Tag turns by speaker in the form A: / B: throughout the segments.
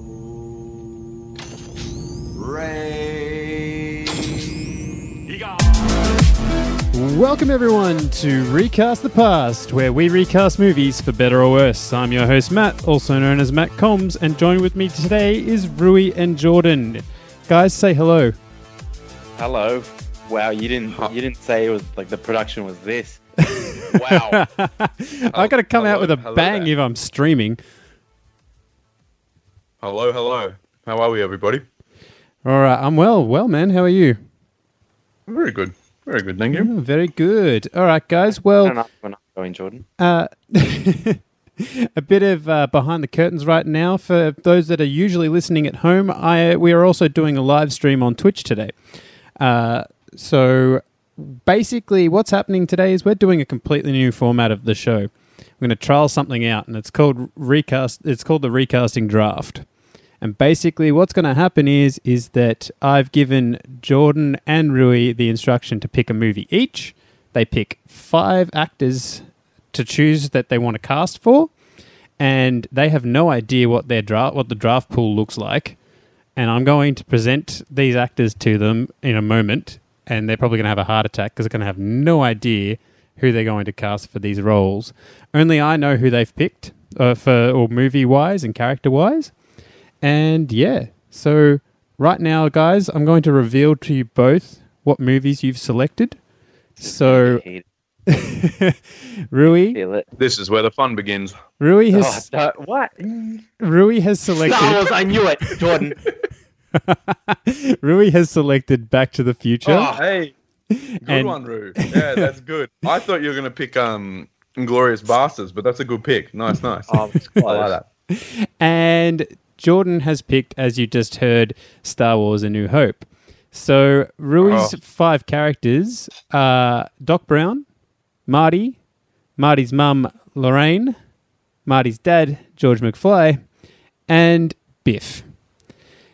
A: Do. Ray.
B: Welcome, everyone, to Recast the Past, where we recast movies for better or worse. I'm your host, Matt, also known as Matt Combs, and joined with me today is Rui and Jordan. Guys, say hello.
C: Hello. Wow, you didn't you didn't say it was like the production was this. wow.
B: I gotta come
D: Oh, hello-
B: out with a
D: hello
B: bang
D: there.
B: if I'm streaming.
D: Hello, hello. How are we, everybody?
B: All right, I'm well. Well, man, how are you?
D: Very good. Very good, thank you.
B: Oh, very good. All right, guys.
C: I
B: Well,
C: don't know when I'm going, Jordan.
B: Uh, a bit of uh, behind the curtains right now for those that are usually listening at home. I we are also doing a live stream on Twitch today. Uh, so basically, what's happening today is we're doing a completely new format of the show. We're going to trial something out, and it's called recast. It's called the recasting draft. And basically, what's going to happen is is that I've given Jordan and Rui the instruction to pick a movie each. They pick five actors to choose that they want to cast for, and they have no idea what their draft, what the draft pool looks like. And I'm going to present these actors to them in a moment, and they're probably going to have a heart attack because they're going to have no idea who they're going to cast for these roles. Only I know who they've picked uh, for, or movie wise and character wise. And yeah, so right now, guys, I'm going to reveal to you both what movies you've selected.
C: I
B: So,
C: hate it.
B: Rui,
C: Feel it.
D: This is where the fun begins.
B: Rui
C: Oh,
B: has
C: no, what?
B: Rui has
C: Star
B: selected.
C: Wars, I knew it, Jordan.
B: Rui has selected Back to the Future.
D: Oh, hey. Good
B: And-
D: one, Roo. Yeah, that's good. I thought you were going to pick um, Inglorious Bastards, but that's a good pick. Nice, nice.
C: Oh, it's
D: I
C: close.
D: like that.
B: And Jordan has picked, as you just heard, Star Wars: A New Hope. So Rui's
D: Oh.
B: five characters are Doc Brown, Marty, Marty's mum Lorraine, Marty's dad George McFly, and Biff.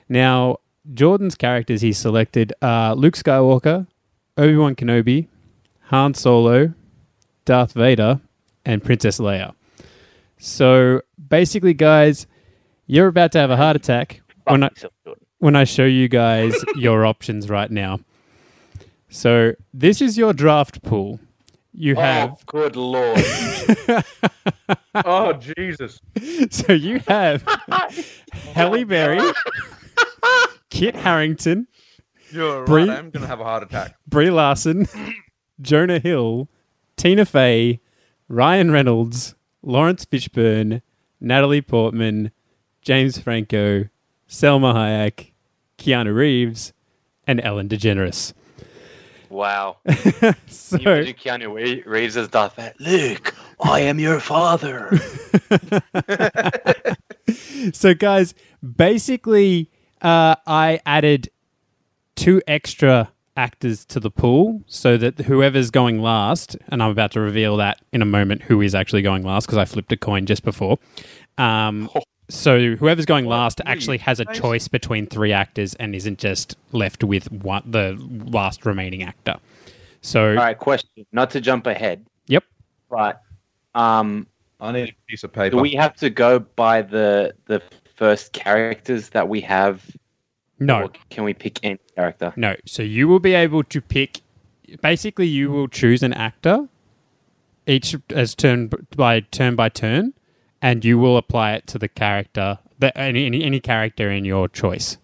B: Now, Jordan's characters he selected are Luke Skywalker, Obi Wan Kenobi, Han Solo, Darth Vader, and Princess Leia. So basically, guys, you're about to have a heart attack
C: Fuck
B: when I,
C: yourself, Jordan.
B: when I show you guys your options right now. So this is your draft pool. You
C: Oh,
B: have
C: good lord.
D: Oh, Jesus.
B: so you have Halle Berry, Kit Harrington,
D: You're right.
B: Bree-
D: I'm going to have a heart attack.
B: Brie Larson, Jonah Hill, Tina Fey, Ryan Reynolds, Lawrence Fishburne, Natalie Portman, James Franco, Selma Hayek, Keanu Reeves, and Ellen DeGeneres.
C: Wow.
B: So,
C: You do Keanu Re- Reeves as Darth Vader. Luke, I am your father.
B: so guys, basically, uh, I added two extra actors to the pool so that whoever's going last, and I'm about to reveal that in a moment who is actually going last because I flipped a coin just before. Um, So whoever's going last actually has a choice between three actors and isn't just left with one, the last remaining actor. So,
C: All right, question. Not to jump ahead,
B: yep.
C: but um,
D: I need a piece of paper.
C: do we have to go by the the first characters that we have?
B: No.
C: Or can we pick any character?
B: No. So you will be able to pick. Basically, you will choose an actor, each as turn b- by turn by turn, and you will apply it to the character, the, any, any any character in your choice.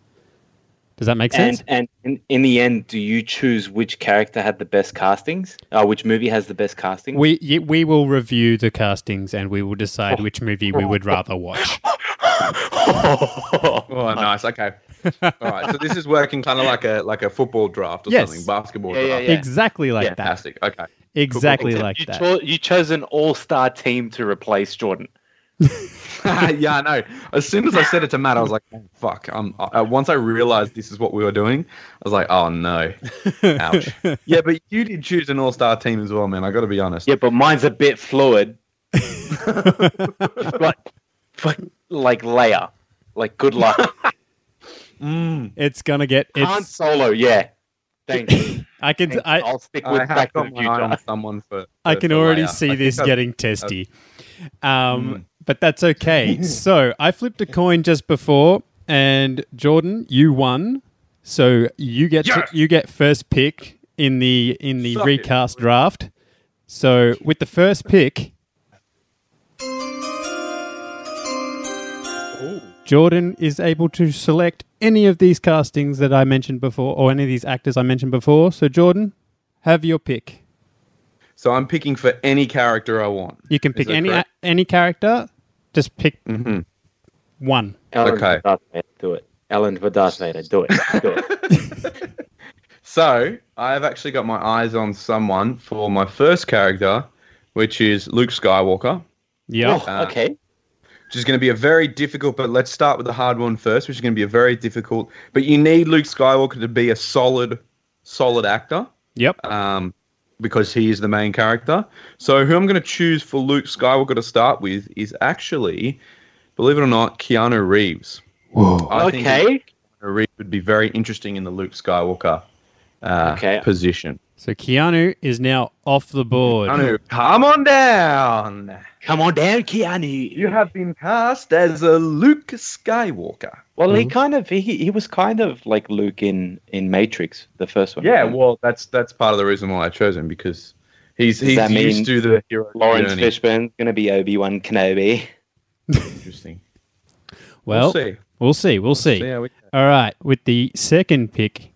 B: Does that make sense?
C: And and in, in the end, do you choose which character had the best castings? Uh, which movie has the best casting?
B: we ye- we will review the castings and we will decide which movie we would rather watch.
D: Oh, nice. Okay. All right. So this is working kind of like a like a football draft or
B: Yes.
D: something, basketball
C: Yeah, yeah,
D: draft.
C: yeah.
B: Exactly like
C: Yeah.
B: that.
D: Fantastic. Okay.
B: Exactly
D: Except
B: like
C: you,
B: that.
C: cho- you chose an all-star team to replace Jordan.
D: yeah, I know. As soon as I said it to Matt, I was like, oh, "Fuck!" Um, uh, once I realized this is what we were doing, I was like, "Oh no, ouch." yeah, but you did choose an all-star team as well, man. I got to be honest.
C: Yeah, but mine's a bit fluid. but, but like Leia, like good luck.
D: Mm.
B: it's gonna get.
C: Han
B: It's.
C: Solo, yeah. Thanks.
B: I can.
C: Thanks.
B: I,
C: I'll stick with
D: I have
C: Back to
D: got
C: the
D: my eye on
C: Future.
D: someone for.
B: uh, I
D: for-
B: can
D: for
B: already
D: Leia. I
B: see
D: think
B: this
D: I've- Hmm.
B: getting testy. Um, But that's okay. so I flipped a coin just before, and Jordan, you won. So you get
D: Yes!
B: you get first pick in the in the
D: Suck it.
B: recast draft. So with the first pick, Jordan is able to select any of these castings that I mentioned before, or any of these actors I mentioned before. So Jordan, have your pick.
D: So I'm picking for any character I want.
B: You can
D: Is
B: pick
D: that
B: any
D: correct?
B: any character. Just pick
D: Mhm.
B: one.
A: Ellen
D: Okay.
A: for Darth Vader, do it. Ellen for Darth Vader, do it. Do it.
D: So I've actually got my eyes on someone for my first character, which is Luke Skywalker.
B: Yeah.
C: Oh,
D: Uh,
A: okay.
D: which is going to be a very difficult. But let's start with the hard one first, which is going to be a very difficult. But you need Luke Skywalker to be a solid, solid actor
B: Yep.
D: um, because he is the main character. So who I'm going to choose for Luke Skywalker to start with is actually, believe it or not, Keanu Reeves.
B: Whoa.
D: I think
A: okay.
D: Keanu Reeves would be very interesting in the Luke Skywalker uh,
A: Okay.
D: position.
B: So Keanu is now off the board.
D: Keanu, come on down.
A: Come on down, Keanu.
D: You have been cast as a Luke Skywalker.
A: Well, he
B: Mhm.
A: kind of he he was kind of like Luke in in Matrix, the first one.
D: Yeah, well, that's that's part of the reason why I chose him because he's
A: Does
D: he's
A: that mean
D: used to the hero
A: Lawrence
D: journey.
A: Fishburne's gonna be Obi Wan Kenobi.
D: Interesting.
B: well,
D: we'll see.
B: we'll see. We'll see.
D: See how we-
B: All right. With the second pick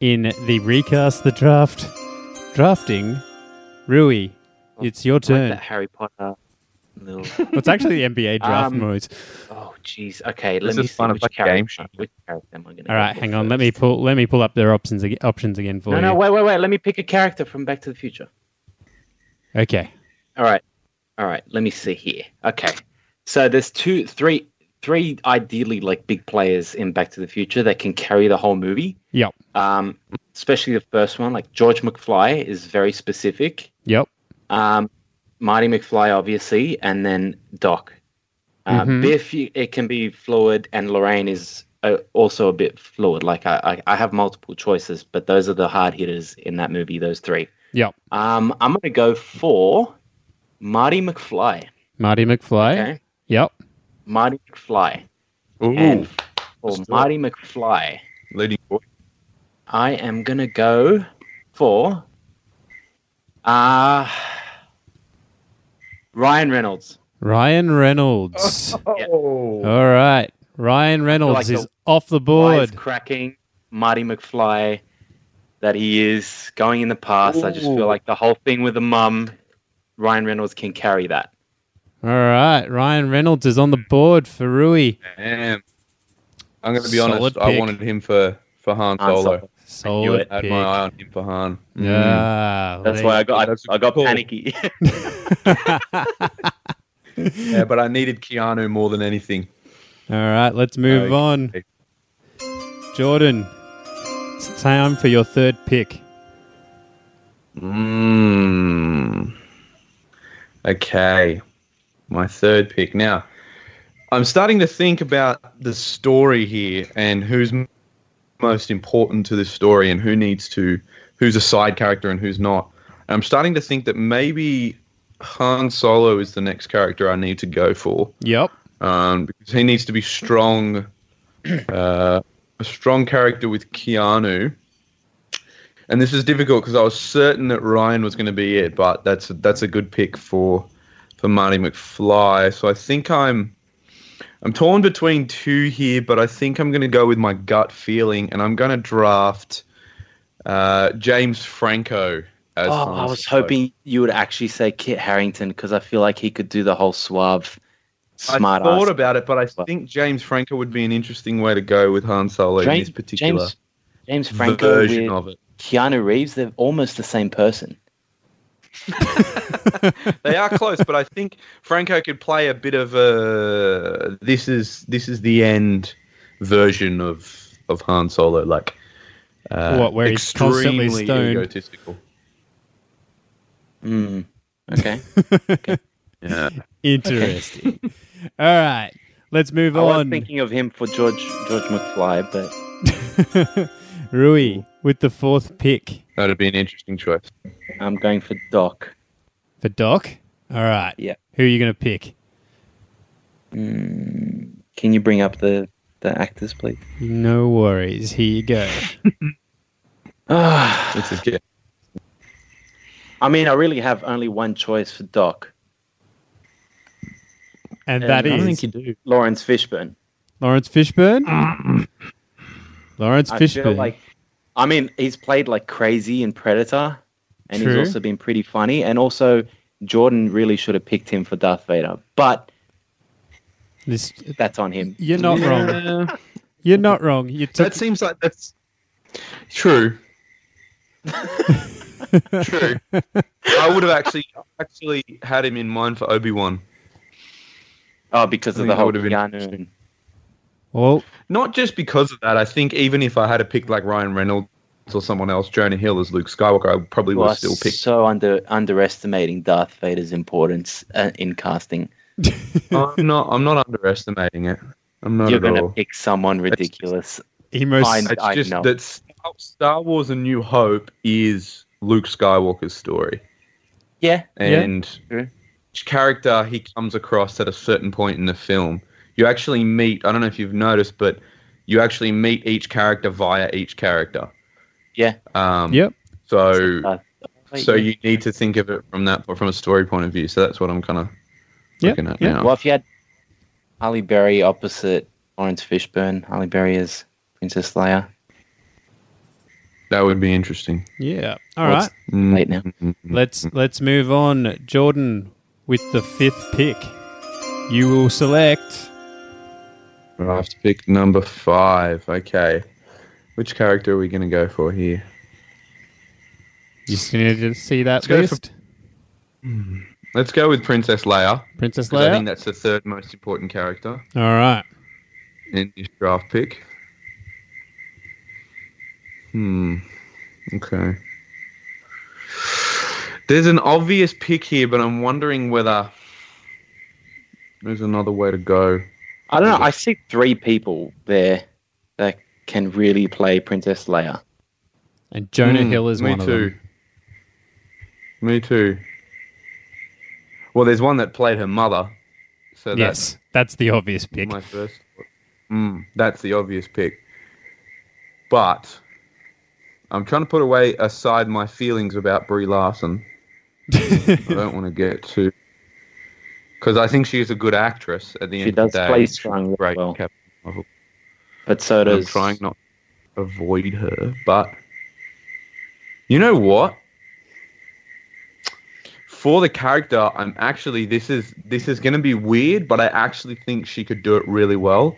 B: in the recast the draft drafting, Rui, it's your
A: Like
B: turn.
A: that Harry Potter. Little.
B: it's actually the NBA draft
A: Um,
B: modes.
A: Oh, jeez. Okay,
D: This
A: let me
D: is
A: see
D: fun,
A: which
D: it's like a
A: character,
D: game show.
A: which character am I gonna?
B: All right,
A: go
B: hang
A: for
B: on. Let me
A: first?
B: pull. Let me pull up their options ag- options again for
A: No,
B: you.
A: no, wait, wait, wait. Let me pick a character from Back to the Future.
B: Okay.
A: All right, all right. Let me see here. Okay, so there's two, three, three ideally like big players in Back to the Future that can carry the whole movie.
B: Yep.
A: Um, especially the first one, like George McFly is very specific.
B: Yep.
A: Um, Marty McFly, obviously, and then Doc. Uh,
B: Mhm.
A: Biff, you- it can be fluid, and Lorraine is uh, also a bit fluid. Like I, I, I have multiple choices, but those are the hard hitters in that movie. Those three.
B: Yep.
A: Um, I'm gonna go for Marty McFly.
B: Marty McFly.
A: Okay,
B: Yep.
A: Marty McFly,
D: Ooh,
A: and for
D: let's do it.
A: Marty McFly,
D: leading boy.
A: I am gonna go for uh Ryan Reynolds.
B: Ryan Reynolds.
D: Oh,
B: All right. Ryan Reynolds
A: the
B: is off the
A: Wise
B: board.
A: cracking Marty McFly that he is going in the past. I just
D: Ooh.
A: feel like the whole thing with the mum, Ryan Reynolds can carry that.
B: All right. Ryan Reynolds is on the board for Rui.
D: damn. I'm going to be
B: Solid
D: honest.
B: pick.
D: I wanted him for for Han
A: Han
D: Solo.
A: Solo.
B: Solid
A: it.
D: I had
B: pick.
D: my eye on him for Han. Mm.
B: Yeah.
A: That's why I got I,
D: That's
A: I got
D: cool.
A: panicky.
D: yeah, but I needed Keanu more than anything.
B: All right.
A: Oh,
B: Let's move
D: Okay.
B: on. Jordan, it's time for your third pick.
D: Mm. Okay. My third pick. Now, I'm starting to think about the story here and who's m- most important to this story and who needs to, who's a side character and who's not. And I'm starting to think that maybe Han Solo is the next character I need to go for
B: Yep.
D: um, because he needs to be strong, uh, a strong character with Keanu. And this is difficult because I was certain that Ryan was going to be it, but that's that's a good pick for for Marty McFly. So I think I'm I'm torn between two here, but I think I'm going to go with my gut feeling, and I'm going to draft uh, James Franco. As
A: oh,
D: Han
A: I was
D: Solo.
A: hoping you would actually say Kit Harrington because I feel like he could do the whole suave, smart
D: I thought
A: ass.
D: about it, but I
A: But-
D: think James Franco would be an interesting way to go with Han Solo in
A: James-
D: this particular
A: James James Franco
D: version
A: with
D: of it.
A: Keanu Reeves, they're almost the same person.
D: They are close, but I think Franco could play a bit of a this is this is the end version of of Han Solo, like uh,
B: What, where he's constantly
D: extremely
B: stoned?
D: egotistical.
A: Mm. Okay.
D: Yeah.
B: Interesting. All right. Let's move
A: I was
B: on.
A: thinking of him for George George McFly, but
B: Rui with the fourth pick.
D: That'd be an interesting choice.
A: I'm going for Doc.
B: For Doc? All right.
A: Yeah.
B: Who are you going to pick?
A: Mm, can you bring up the, the actors, please?
B: No worries. Here you go.
A: Ah,
D: This is good.
A: I mean, I really have only one choice for Doc
B: And
A: Yeah,
B: that
A: I
B: is
A: don't
B: Lawrence
A: think
B: do.
A: Lawrence Fishburne.
B: Lawrence Fishburne. Lawrence
A: I
B: Fishburne.
A: feel like, I mean, he's played like crazy in Predator, and
B: True.
A: he's also been pretty funny. And also, Jordan really should have picked him for Darth Vader, but
B: this,
A: that's on him.
B: you're not wrong.
D: Yeah.
B: You're not wrong. You took
D: That seems like that's true. true. I would have actually actually had him in mind for Obi Wan.
A: Oh, because
D: I
A: of
D: think
A: the
D: that
A: whole
D: would have been
A: Keanu.
D: interesting.
B: well.
D: Not just because of that. I think even if I had to pick like Ryan Reynolds or someone else, Jonah Hill as Luke Skywalker, I probably would
A: Well,
D: have still picked.
A: so under underestimating Darth Vader's importance uh, in casting.
D: I'm not. I'm not underestimating it. I'm not
A: You're
D: at
A: going to
D: all.
A: pick someone
D: just-
A: ridiculous.
B: He most
A: Fine.
D: It's
A: I
D: just
A: know.
D: that Star- Star Wars: A New Hope is Luke Skywalker's story.
A: Yeah,
D: and
A: True.
D: each character he comes across at a certain point in the film. You actually meet. I don't know if you've noticed, but you actually meet each character via each character.
A: Yeah.
D: Um,
B: Yep.
D: So,
A: Uh, wait,
D: so
A: yeah.
D: you need to think of it from that from a story point of view. So that's what I'm kind of
B: Yeah,
D: looking at
B: yeah.
D: now.
A: Well, if you had Harley Berry opposite Lawrence Fishburne, Harley Berry is Princess Leia.
D: That would be interesting.
B: Yeah. All
A: What's-
B: right.
D: Mm,
A: Late now.
D: mm, mm.
B: Let's let's move on. Jordan with the fifth pick. You will select
D: I have to pick number five. Okay, which character are we going to go for here?
B: you just need to see that
D: Let's go for-
B: list.
D: Let's go with Princess Leia.
B: Princess
D: 'cause I think
B: Leia.
D: that's the third most important character.
B: All right.
D: in this draft pick. Hmm. Okay. There's an obvious pick here, but I'm wondering whether there's another way to go.
A: I don't know. I see three people there that can really play Princess Leia.
B: And Jonah
D: Hmm,
B: Hill is
D: me
B: one
D: too.
B: of them.
D: Me too. Well, there's one that played her mother, so that's
B: yes, that's the obvious pick.
D: my first. thought. Mm, that's the obvious pick, but I'm trying to put away aside my feelings about Brie Larson. I don't want to get too. Because I think she's a good actress at the
A: She
D: end
A: does
D: of the day.
A: play strong really
D: Great
A: well.
D: Captain Marvel.
A: But so
D: And I'm
A: does
D: trying not to avoid her, but you know what? For the character, I'm actually this is this is going to be weird, but I actually think she could do it really well.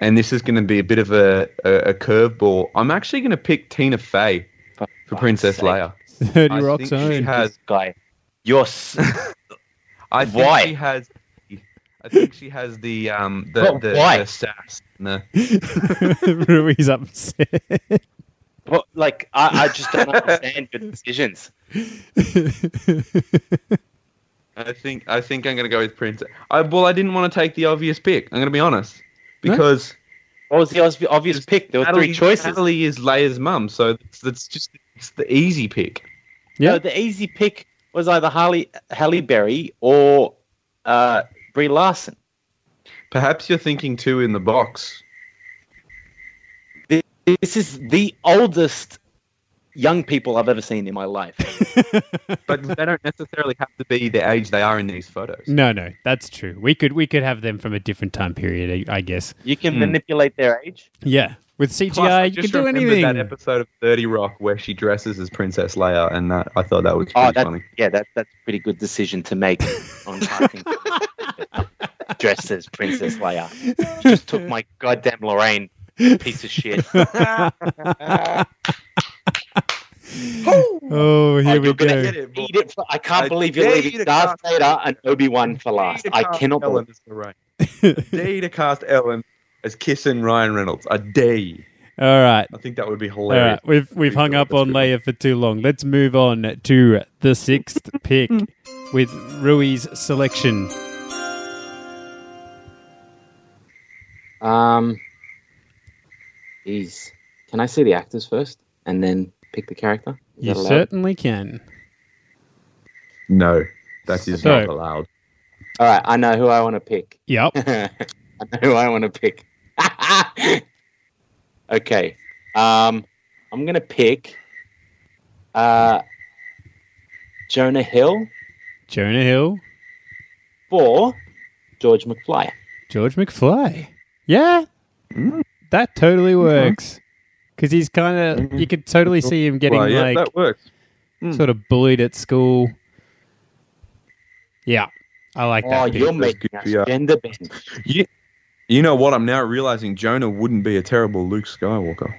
D: And this is going to be a bit of a, a, a curveball. I'm actually going to pick Tina Fey
A: For
D: for Princess
A: fuck's sake.
D: Leia.
B: Thirty
D: I
B: Rock's
D: think she
B: own.
D: has-
A: this guy. You're s-
D: I think
A: Why?
D: she has. I think she has the um the
A: But
D: the,
A: why?
D: the sass. and the-
B: Rui's upset.
A: well, like I, I just don't understand your decisions.
D: I think I think I'm gonna go with Prince. I well, I didn't want to take the obvious pick. I'm gonna be honest
B: No.
D: because
A: What was the obvious, obvious pick? There were
D: Natalie,
A: three choices.
D: Natalie is Leia's mum, so that's, that's just it's the easy pick.
B: Yeah.
A: No, the easy pick was either Harley Halle Berry or uh, Brie Larson.
D: Perhaps you're thinking two in the box.
A: This is the oldest young people I've ever seen in my life.
D: But they don't necessarily have to be the age they are in these photos.
B: no, no, that's true. We could we could have them from a different time period, I I guess.
A: You can
D: Hmm.
A: manipulate their age.
B: Yeah, with CGI,
D: Plus, I
B: you
D: just
B: can do
D: remembered
B: anything.
D: That episode of Thirty Rock where she dresses as Princess Leia, and that I thought that was
A: Oh,
D: pretty
A: that-
D: funny.
A: Yeah, that, that's a pretty good decision to make on casting. Dressed as Princess Leia. She just took my goddamn Lorraine, piece of shit.
B: oh, here we
D: You're gonna
B: go.
D: hit it, boy.
A: Eat it for- I can't
D: I
A: believe you're
D: dare you
A: leaving
D: to
A: Darth
D: cast-
A: Vader and Obi Wan for last.
D: Dare
A: I
D: you to
A: cannot
D: cast
A: believe.
D: Ellen as Lorraine. dare you to cast Ellen as kissing Ryan Reynolds. I dare you.
B: All right.
D: I think that would be
B: All right,
D: hilarious.
B: we've we've
D: Pretty
B: hung
D: sure
B: up
D: that's
B: on
D: good.
B: Leia for too long. Let's move on to the sixth pick with Rui's selection.
C: Um, geez. Can I see the actors first and then pick the character? Is
B: You
C: that allowed?
B: certainly can.
D: No, that is
B: So-
D: not allowed.
C: All right, I know who I want to pick.
B: Yep.
C: I know who I want to pick. okay. Um, I'm going to pick uh, Jonah Hill
B: Jonah Hill,
C: for George McFly.
B: George McFly. Yeah.
D: Mm.
B: That totally works. Because he's kind of, you could totally see him getting
D: Well, yeah,
B: like
D: that works. Mm.
B: sort of bullied at school. Yeah. I like
C: Oh,
B: that.
C: you're
D: pick.
C: making us
D: Yeah.
C: gender bend.
D: You know what? I'm now realizing Jonah wouldn't be a terrible Luke Skywalker.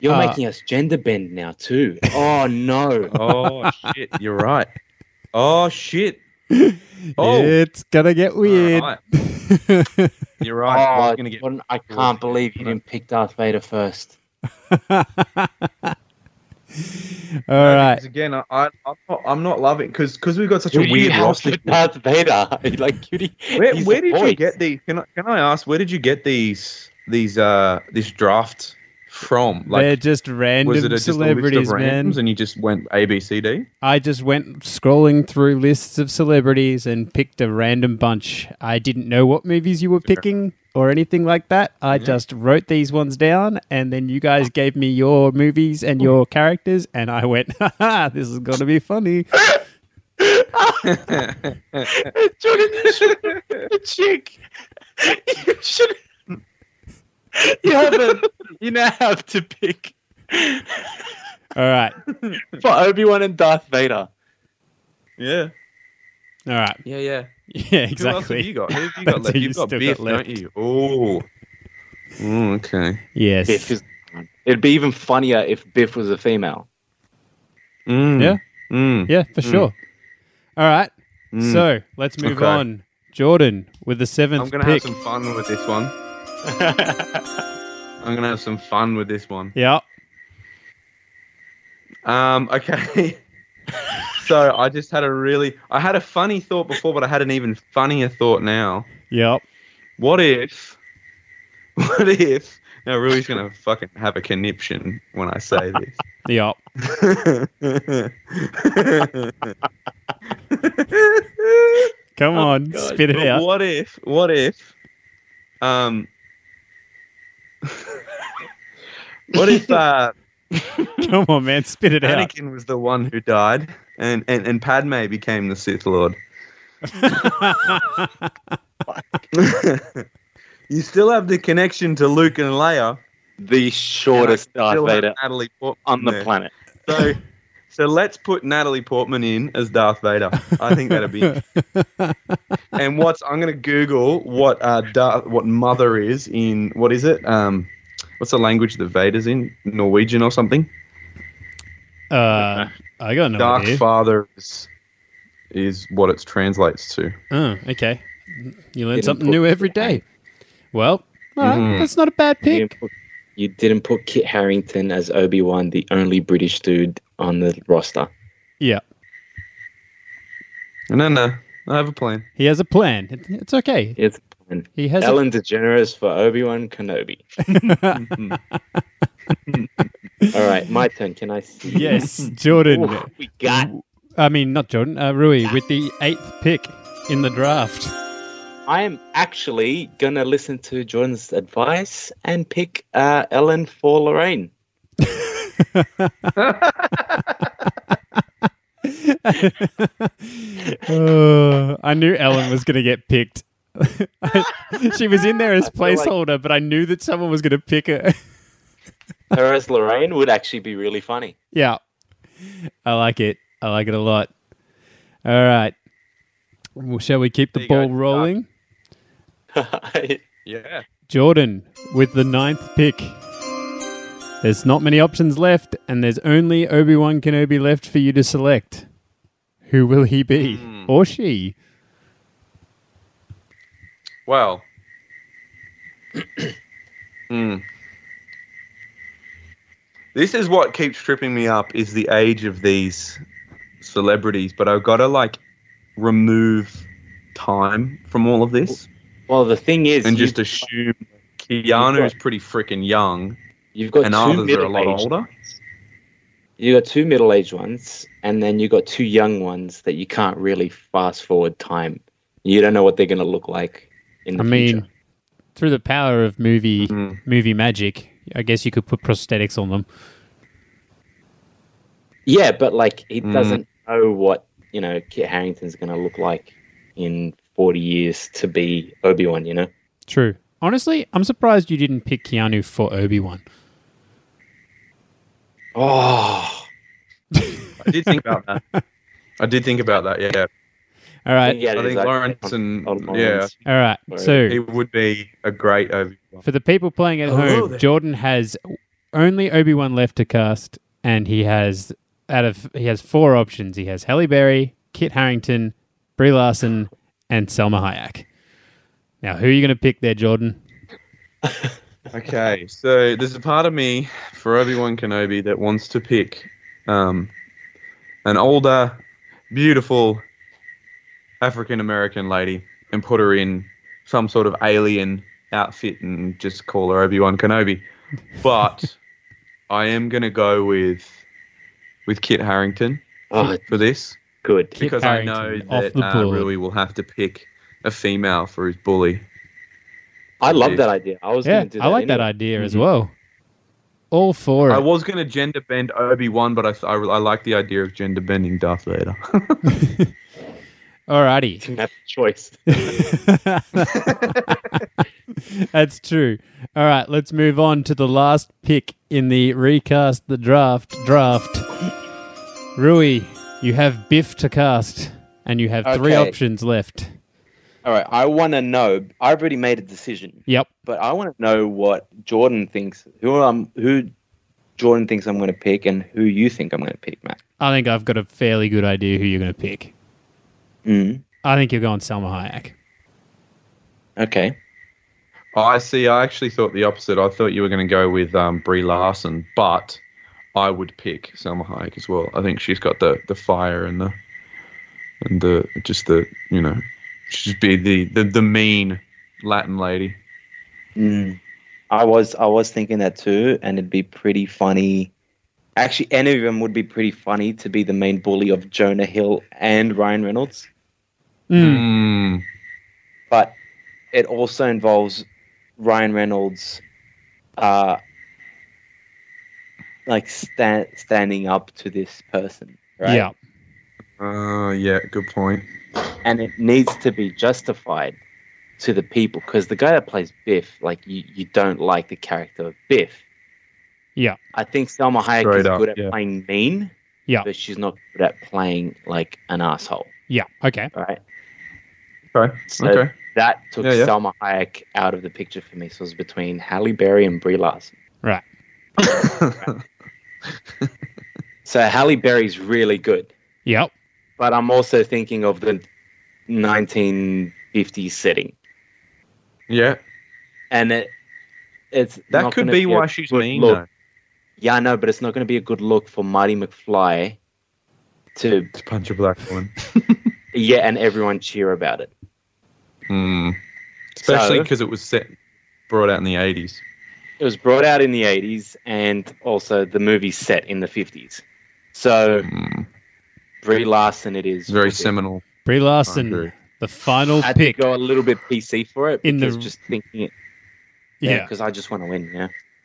C: You're
B: Uh,
C: making us gender bend now too. Oh no.
D: Oh shit, you're right. Oh shit. Oh,
B: It's going to get weird.
D: Alright. You're right.
C: Oh,
D: We're gonna get-
C: Jordan, I can't believe you didn't pick Darth Vader first.
B: All right.
D: Because Again, I, I, I'm, not, I'm not loving because because we've got such a
C: Dude, you
D: weird
C: have
D: roster.
C: Darth Vader. like, cutie.
D: Where,
C: he's
D: where
C: the
D: did
C: voice.
D: you get these? Can I, can I ask? Where did you get these these uh this draft from?
B: They're
D: Like,
B: just random
D: was it a, just a list
B: celebrities,
D: of
B: man.
D: randoms and you just went A B C D?
B: I just went scrolling through lists of celebrities and picked a random bunch. I didn't know what movies you were picking or anything like that. I just wrote these ones down, and then you guys gave me your movies and your characters, and I went, "Ha this is gonna be funny."
A: Jordan, you should the chick. You should. You have a, You now have to pick
B: All right,
A: for Obi Wan and Darth Vader.
D: Yeah,
B: all right,
D: yeah, yeah.
B: yeah,
D: Who else have
B: exactly.
D: you got? Who have you
B: That's
D: got left?
B: who you
D: You've got
B: still
D: Biff,
B: got left.
D: don't you? Oh, Mm, okay.
B: Yes,
A: Biff is. It'd be even funnier if Biff was a female.
D: Mm,
B: Yeah.
D: Mm,
B: yeah, for sure. All right,
D: mm.
B: so let's move
D: Okay.
B: on. Jordan with the
D: I'm
B: seventh
D: gonna
B: pick.
D: have some fun with this one. I'm gonna have some fun with this one.
B: yeah,
D: Um, okay. so I just had a really, I had a funny thought before, but I had an even funnier thought now.
B: yeah.
D: What if, what if? Now Rui's gonna fucking have a conniption when I say this.
B: Yep. Come
D: Oh,
B: on, spit it
D: But
B: out.
D: What if? What if? Um. what if uh,
B: Come on, man, spit it out.
D: Anakin was the one who died, and, and and Padme became the Sith Lord? you still have the connection to Luke and Leia.
A: the shortest
D: and I
A: Darth
D: still have
A: Vader
D: Natalie Portman
A: on the
D: there.
A: planet.
D: So, so let's put Natalie Portman in as Darth Vader. I think that'd be. and what's I'm gonna Google what uh Darth, what mother is in what is it um. What's the language that Vader's in? Norwegian or something?
B: Uh, I got no
D: Dark
B: idea.
D: Father is, is what it translates to.
B: Oh, okay. You learn
C: Didn't
B: something
C: put-
B: new every day. Well, all right,
D: Mhm.
B: that's not a bad
C: You
B: pick.
C: didn't, put, you didn't put Kit Harrington as Obi Wan, the only British dude on the roster.
B: Yeah,
D: No, no. I have a plan.
B: he has a plan. It- It's okay.
C: It's and
B: He has. A,
C: Ellen DeGeneres for Obi Wan Kenobi. All right, my turn. Can I see?
B: yes, Jordan.
C: Ooh, we got.
B: I mean, not Jordan. Uh, Rui with the eighth pick in the draft.
C: I am
A: Actually, gonna listen to Jordan's advice and pick uh, Ellen for Lorraine.
B: Uh, I knew Ellen was going to get picked. she was in there as placeholder, but I knew that someone was going to pick her.
A: Her as Lorraine would actually be really funny.
B: Yeah. I like it. I like it a lot. All right. Well, shall we keep the
D: There you go.
B: ball rolling?
A: I've
D: Yeah.
B: Jordan with the ninth pick. There's not many options left, and there's only Obi Wan Kenobi left for you to select. Who will he be?
D: Hmm.
B: Or she?
D: Well. Hmm. This is what keeps tripping me up is the age of these celebrities, but I've got to like remove time from all of this
C: Well, the thing is,
D: and
C: you,
D: just assume Keanu is pretty freaking young
C: you've got
D: and
C: two
D: others are a lot
C: middle-aged.
D: older.
C: you got two middle aged ones, and then you got two young ones that you can't really fast forward time. You don't know what they're going to look like in the
B: I mean,
C: future.
B: through the power of movie
D: Mm.
B: movie magic, I guess you could put prosthetics on them.
C: Yeah, but like he
D: Mm.
C: doesn't know what you know Kit Harrington's going to look like in forty years to be Obi Wan. You know,
B: True. Honestly, I'm surprised you didn't pick Keanu for Obi Wan.
C: oh
D: I did think about that. I did think about that. Yeah,
B: All right,
D: I think Lawrence and yeah,
B: all right.
C: Right.
D: he
B: So
D: would be a great Obi.
B: for the people playing at
C: Oh,
B: home,
C: there-
B: Jordan has only Obi Wan left to cast, and he has out of he has four options. He has Halle Berry, Kit Harrington, Brie Larson, and Selma Hayek. Now, who are you going to pick there, Jordan?
D: Okay, so there's a part of me for Obi Wan Kenobi that wants to pick um, an older, beautiful African American lady and put her in some sort of alien outfit and just call her Obi Wan Kenobi. But I am gonna go with with Kit Harrington
C: Oh,
D: for this
C: good.
B: Kit
D: because I know
B: Harington, off
D: that
B: the
D: uh,
B: board.
D: Rui will have to pick a female for his bully.
C: I love that idea. I was
B: Yeah,
C: going to do that.
B: I like that
C: anyway.
B: idea as
C: Mhm.
B: well. All four.
D: I was going to gender bend Obi Wan, but I, th- I, I like the idea of gender bending Darth Vader.
B: Alrighty.
C: Didn't have a choice.
B: That's true. All right, let's move on to the last pick in the recast the draft draft. Rui, you have Biff to cast, and you have three
A: Okay.
B: options left.
A: All right, I want to know. I've already made a decision,
B: Yep.
A: but I want to know what Jordan thinks. Who I'm? Who Jordan thinks I'm going to pick, and who you think I'm going to pick, Matt?
B: I think I've got a fairly good idea who you're going to pick.
A: Mm,
B: I think you're going Selma Hayek.
A: okay.
D: I see. I actually thought the opposite. I thought you were going to go with um, Brie Larson, but I would pick Selma Hayek as well. I think she's got the, the fire and the and the just the you know she'd be the, the, the mean Latin lady.
A: Mm. I was I was thinking that too, and it'd be pretty funny. Actually, any of them would be pretty funny to be the main bully of Jonah Hill and Ryan Reynolds.
B: Mm.
D: Mm.
A: But it also involves Ryan Reynolds, uh, like sta- standing up to this person, right?
B: Yeah.
D: Uh, yeah, good point.
A: and it needs to be justified to the people because the guy that plays Biff, like you, you don't like the character of Biff.
B: Yeah.
A: I think Selma Hayek
D: Straight
A: is
D: up,
A: good at
D: yeah.
A: playing mean.
B: Yeah.
A: but she's not good at playing like an asshole.
B: Yeah. Okay.
A: Right,
D: Okay.
A: So-
D: okay.
A: that took
D: Yeah, yeah.
A: Selma Hayek out of the picture for me. So it was between Halle Berry and Brie Larson.
B: Right.
A: So Halle Berry's really good,
B: Yep.
A: but I'm also thinking of the 1950s setting,
D: yeah,
A: and it it's
D: that
A: not
D: could
A: gonna
D: be
A: a
D: why she's
A: good
D: mean.
A: look.
D: Though.
A: Yeah, I know, but it's not going to be a good look for Marty McFly to,
D: To punch a black woman.
A: yeah, and everyone cheer about it.
D: Mm. Especially
A: So-
D: because it was set brought out in the eighties.
A: It was brought out in the 80s and also the movie set in the 50s. So,
D: Mm.
A: Brie Larson, it is.
D: It's very
A: for me.
D: seminal.
B: Brie
D: Andrew.
B: Larson, the final
A: I had
B: pick.
A: to go a little bit PC for it
B: In the-
A: because just thinking it. Yeah.
B: Yeah.
A: Because I just want to win,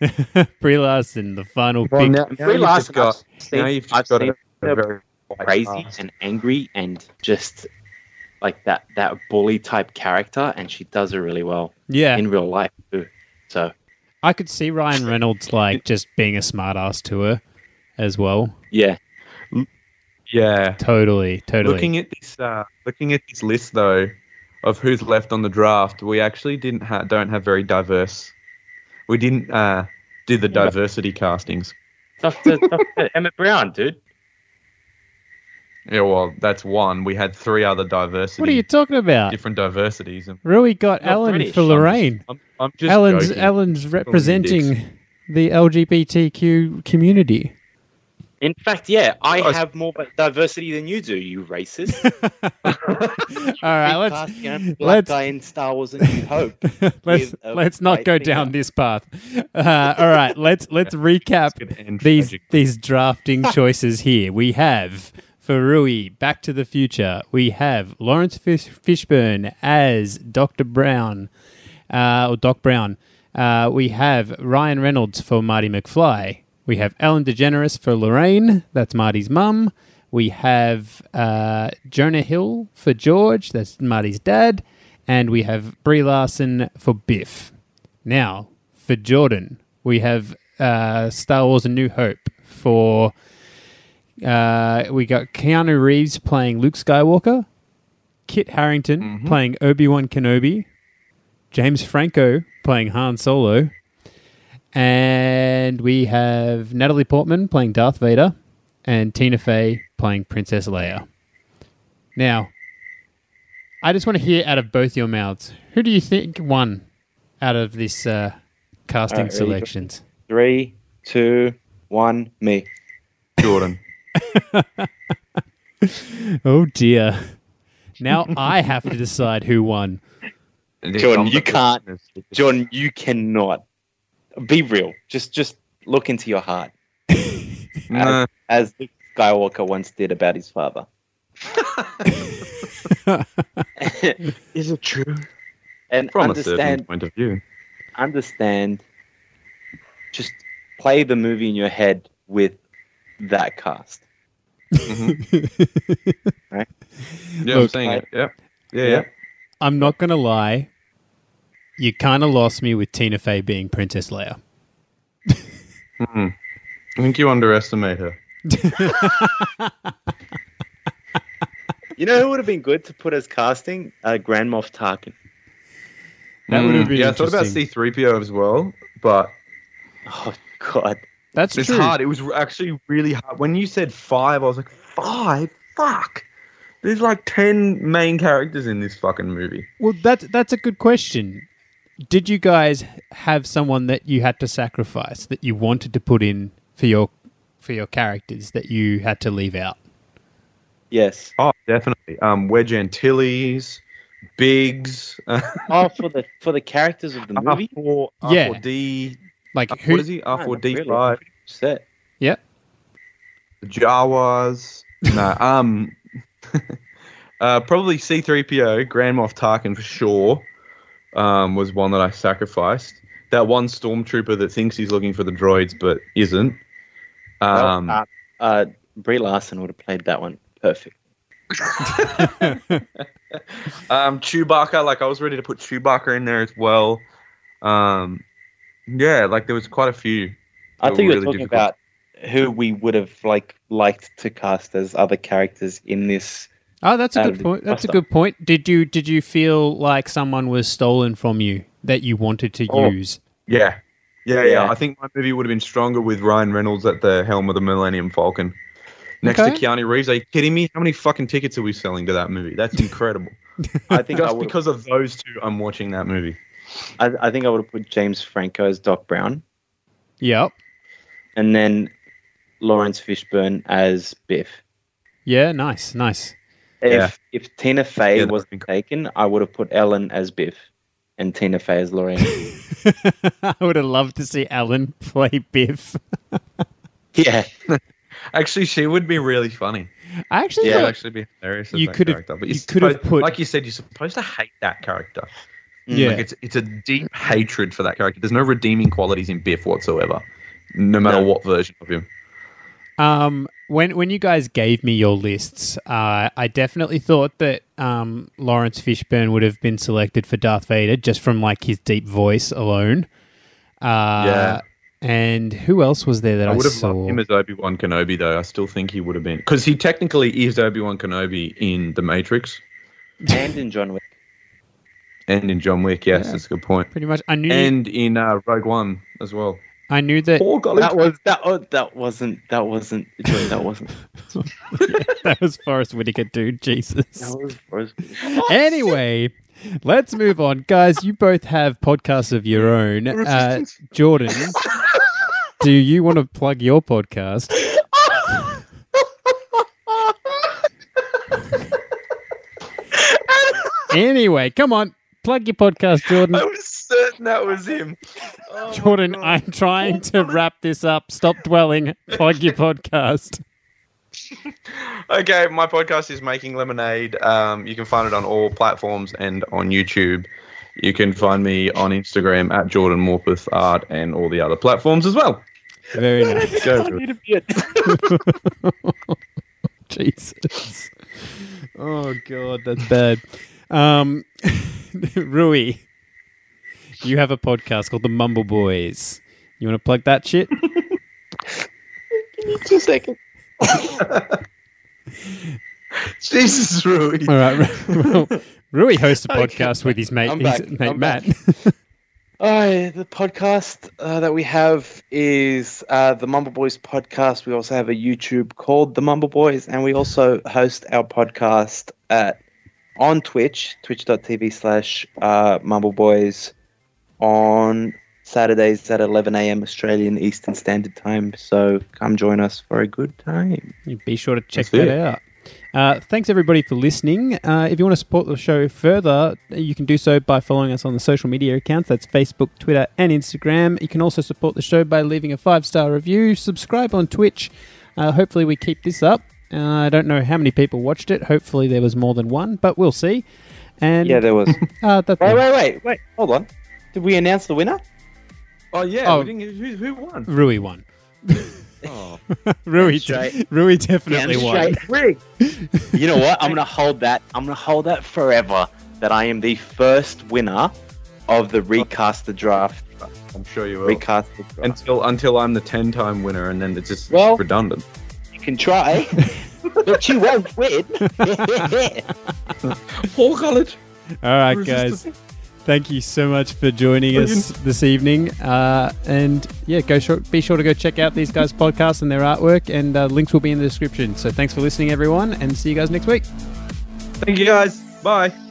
A: yeah.
B: Brie Larson, the final pick.
A: Brie Larson, I've seen,
D: now you've just
A: I've
D: got
A: seen
D: a- a very
A: her
D: white
A: crazy
D: cast.
A: and angry and just like that, that bully type character, and she does it really well
B: Yeah.
A: in real life, too. So,
B: I could see Ryan Reynolds like just being a smartass to her as well.
A: yeah.
D: Yeah.
B: Totally, totally.
D: Looking at this, uh, looking at this list though, of who's left on the draft, we actually didn't ha- don't have very diverse. We didn't uh, do the diversity castings.
C: Tough to, tough to Emma Brown, dude.
D: Yeah, well, that's one. We had three other diversity,
B: what are you talking about?
D: different diversities. And
B: Rui got
A: You're
B: Alan
A: British,
B: for
A: I'm just-
B: Lorraine.
D: I'm, I'm just
B: Alan's
D: joking.
B: Alan's
D: dicks.
B: representing the LGBTQ community.
A: In fact, yeah, I
D: Oh, s-
A: have more diversity than you do, you racist.
B: All right,
A: Big
B: let's
A: cast, you know, black
B: let's-
A: guy in Star Wars and you'd hope.
B: let's
A: a
B: let's not
A: white
B: go
A: finger.
B: down this path. Uh, all right, let's let's recap
D: It's gonna end
B: these
D: tragic.
B: these drafting choices here. We have for Rui, Back to the Future. We have Lawrence Fish- Fishburne as Doctor Brown, uh, or Doc Brown. Uh, we have Ryan Reynolds for Marty McFly. We have Ellen DeGeneres for Lorraine. That's Marty's mum. We have uh, Jonah Hill for George. That's Marty's dad. And we have Brie Larson for Biff. Now, for Jordan, we have uh, Star Wars A New Hope. For uh, we got Keanu Reeves playing Luke Skywalker, Kit Harrington playing Obi Wan Kenobi, James Franco playing Han Solo, and we have Natalie Portman playing Darth Vader, and Tina Fey playing Princess Leia. Now, I just want to hear out of both your mouths who do you think won out of this uh, casting
A: All right, ready?
B: selections?
A: Three, two, one, me.
D: Jordan.
B: Oh dear. Now I have to decide who won.
A: Jordan, you can't- John, you cannot. Be real. Just just look into your heart,
D: Nah.
A: as Luke Skywalker once did about his father.
D: Is it true?
A: And
D: From a certain
A: understand
D: point of view.
A: understand just play the movie in your head with that cast.
D: Yeah, I'm
B: Look,
D: saying
A: I-
D: it. Yep. Yeah, yeah.
B: I'm not going to lie. You kind of lost me with Tina Fey being Princess Leia.
D: I think you underestimate her.
A: You know who would have been good to put as casting? Uh, Grand Moff Tarkin.
B: That would have been
D: Mm. Yeah, I thought about
B: interesting.
D: C3PO as well, but
A: Oh God.
B: That's
D: it's
B: true.
D: hard. It was actually really hard. When you said five, I was like, five? Fuck. There's like 10 main characters in this fucking movie.
B: Well, that's that's a good question. Did you guys have someone that you had to sacrifice that you wanted to put in for your for your characters that you had to leave out?
A: Yes.
D: Oh, definitely. Um, Wedge Antilles, Biggs, uh,
A: Oh, for the for the characters of the movie.
D: R4,
B: Yeah.
D: R4D.
B: Like who?
D: Uh, What is he? R4D5.
A: Set.
B: Yeah.
D: Jawas. No, um, uh, probably C3PO, Grand Moff Tarkin for sure, um, was one that I sacrificed. That one stormtrooper that thinks he's looking for the droids but isn't. Um,
A: well, uh, uh, Brie Larson would have played that one perfect.
D: um, Chewbacca, like I was ready to put Chewbacca in there as well. Um, yeah, like there was quite a few.
A: I
D: They
A: thought you
D: were
A: were
D: really
A: talking
D: difficult.
A: about who we would have like liked to cast as other characters in this.
B: Oh, that's a
D: Uh,
A: Out
B: good
A: of the
B: point. That's a
A: roster.
B: good point. Did you did you feel like someone was stolen from you that you wanted to
D: Oh.
B: use?
D: Yeah. Yeah, yeah.
A: Yeah.
D: I think my movie would have been stronger with Ryan Reynolds at the helm of the Millennium Falcon. Next
B: Okay.
D: to Keanu Reeves. Are you kidding me? How many fucking tickets are we selling to that movie? That's incredible.
A: I think I
D: Just
A: would.
D: because of those two, I'm watching that movie.
A: I, I think I would have put James Franco as Doc Brown,
B: Yep.
A: and then Lawrence Fishburne as Biff.
B: Yeah, nice, nice.
A: If
D: Yeah.
A: if Tina Fey
D: Yeah, that
A: wasn't taken, I would have put Ellen as Biff, and Tina Fey as Lorraine.
B: I would have loved to see Alan play Biff.
A: yeah.
D: Actually, she would be really funny.
B: I actually
D: She'd
A: Yeah.
B: thought-
D: actually be hilarious. as
B: You
D: that
B: could've-
D: character. But
B: you
D: you're
B: could've
D: supposed-
B: put-
D: like you said, you're supposed to hate that character.
B: yeah,
D: Like it's it's a deep hatred for that character. There's no redeeming qualities in Biff whatsoever, no matter
A: No.
D: what version of him.
B: Um, when when you guys gave me your lists, uh, I definitely thought that um, Lawrence Fishburne would have been selected for Darth Vader just from like his deep voice alone. Uh,
D: Yeah.
B: And who else was there that I,
D: I would have
B: saw?
D: loved him as Obi Wan Kenobi, though. I still think he would have been because he technically is Obi Wan Kenobi in The Matrix
A: and in John Wick.
D: and in John Wick. Yes, that's a good point.
B: Pretty much, I knew
D: And in uh, Rogue One as well.
B: I knew that
D: Oh, golly.
A: That was that. Oh, that wasn't. That wasn't. That wasn't.
B: that was Forrest Whitaker, dude.
A: That
B: Jesus.
A: was, was
B: Anyway, let's move on, guys. You both have podcasts of your own. Uh,
D: Resistance.
B: Jordan, do you want to plug your podcast? Anyway, come on, plug your podcast, Jordan.
D: I was certain that was him. Oh my
B: Jordan,
D: God.
B: I'm trying to wrap this up. Stop dwelling. Plug your podcast.
D: Okay, my podcast is Making Lemonade. Um, you can find it on all platforms and on YouTube. You can find me on Instagram at Jordan Morpeth Art and all the other platforms as well.
B: Very nice.
D: Go for it.
B: Jesus. Oh God, that's bad. Um, Rui, you have a podcast called The Mumble Boys. You want to plug that shit?
A: Just a second.
D: Jesus, Rui.
B: All right. Well, Rui hosts a
A: Okay.
B: podcast with his mate,
A: I'm
B: his
A: back.
B: mate
A: I'm
B: Matt.
A: back. Uh, the podcast uh, that we have is uh, the Mumble Boys podcast. We also have a YouTube called the Mumble Boys, and we also host our podcast at on Twitch, twitch.tv slash uh, Mumble Boys, on Saturdays at 11 a.m. Australian Eastern Standard Time. So come join us for a good time.
B: Be sure to check
D: That's
B: that
D: it.
B: out. Uh, thanks everybody for listening. Uh, if you want to support the show further, you can do so by following us on the social media accounts. That's Facebook, Twitter, and Instagram. You can also support the show by leaving a five star review. Subscribe on Twitch. Uh, hopefully, we keep this up. Uh, I don't know how many people watched it. Hopefully, there was more than one, but we'll see. And
A: Yeah, there was.
B: uh, that,
A: wait, wait, wait, wait. Hold on. Did we announce the winner?
D: Oh, yeah.
B: Oh.
D: We didn't, who, who won?
B: Rui won.
D: Oh.
B: Rui,
A: Straight.
B: Rui definitely
A: Damn
B: won.
A: straight rig. you know what? I'm gonna hold that. I'm gonna hold that forever. That I am the first winner of the recast the draft.
D: I'm sure you will.
A: Recast the draft.
D: Until until I'm the 10 time winner, and then it's just
A: Well-
D: redundant.
A: you can try, but you won't win.
D: Paul College.
B: All right, guys. Thank you so much for joining us this evening. Uh, and yeah, go sure, be sure to go check out these guys' podcasts and their artwork, and uh, links will be in the description. So thanks for listening, everyone, and see you guys next week.
D: Thank you, guys. Bye.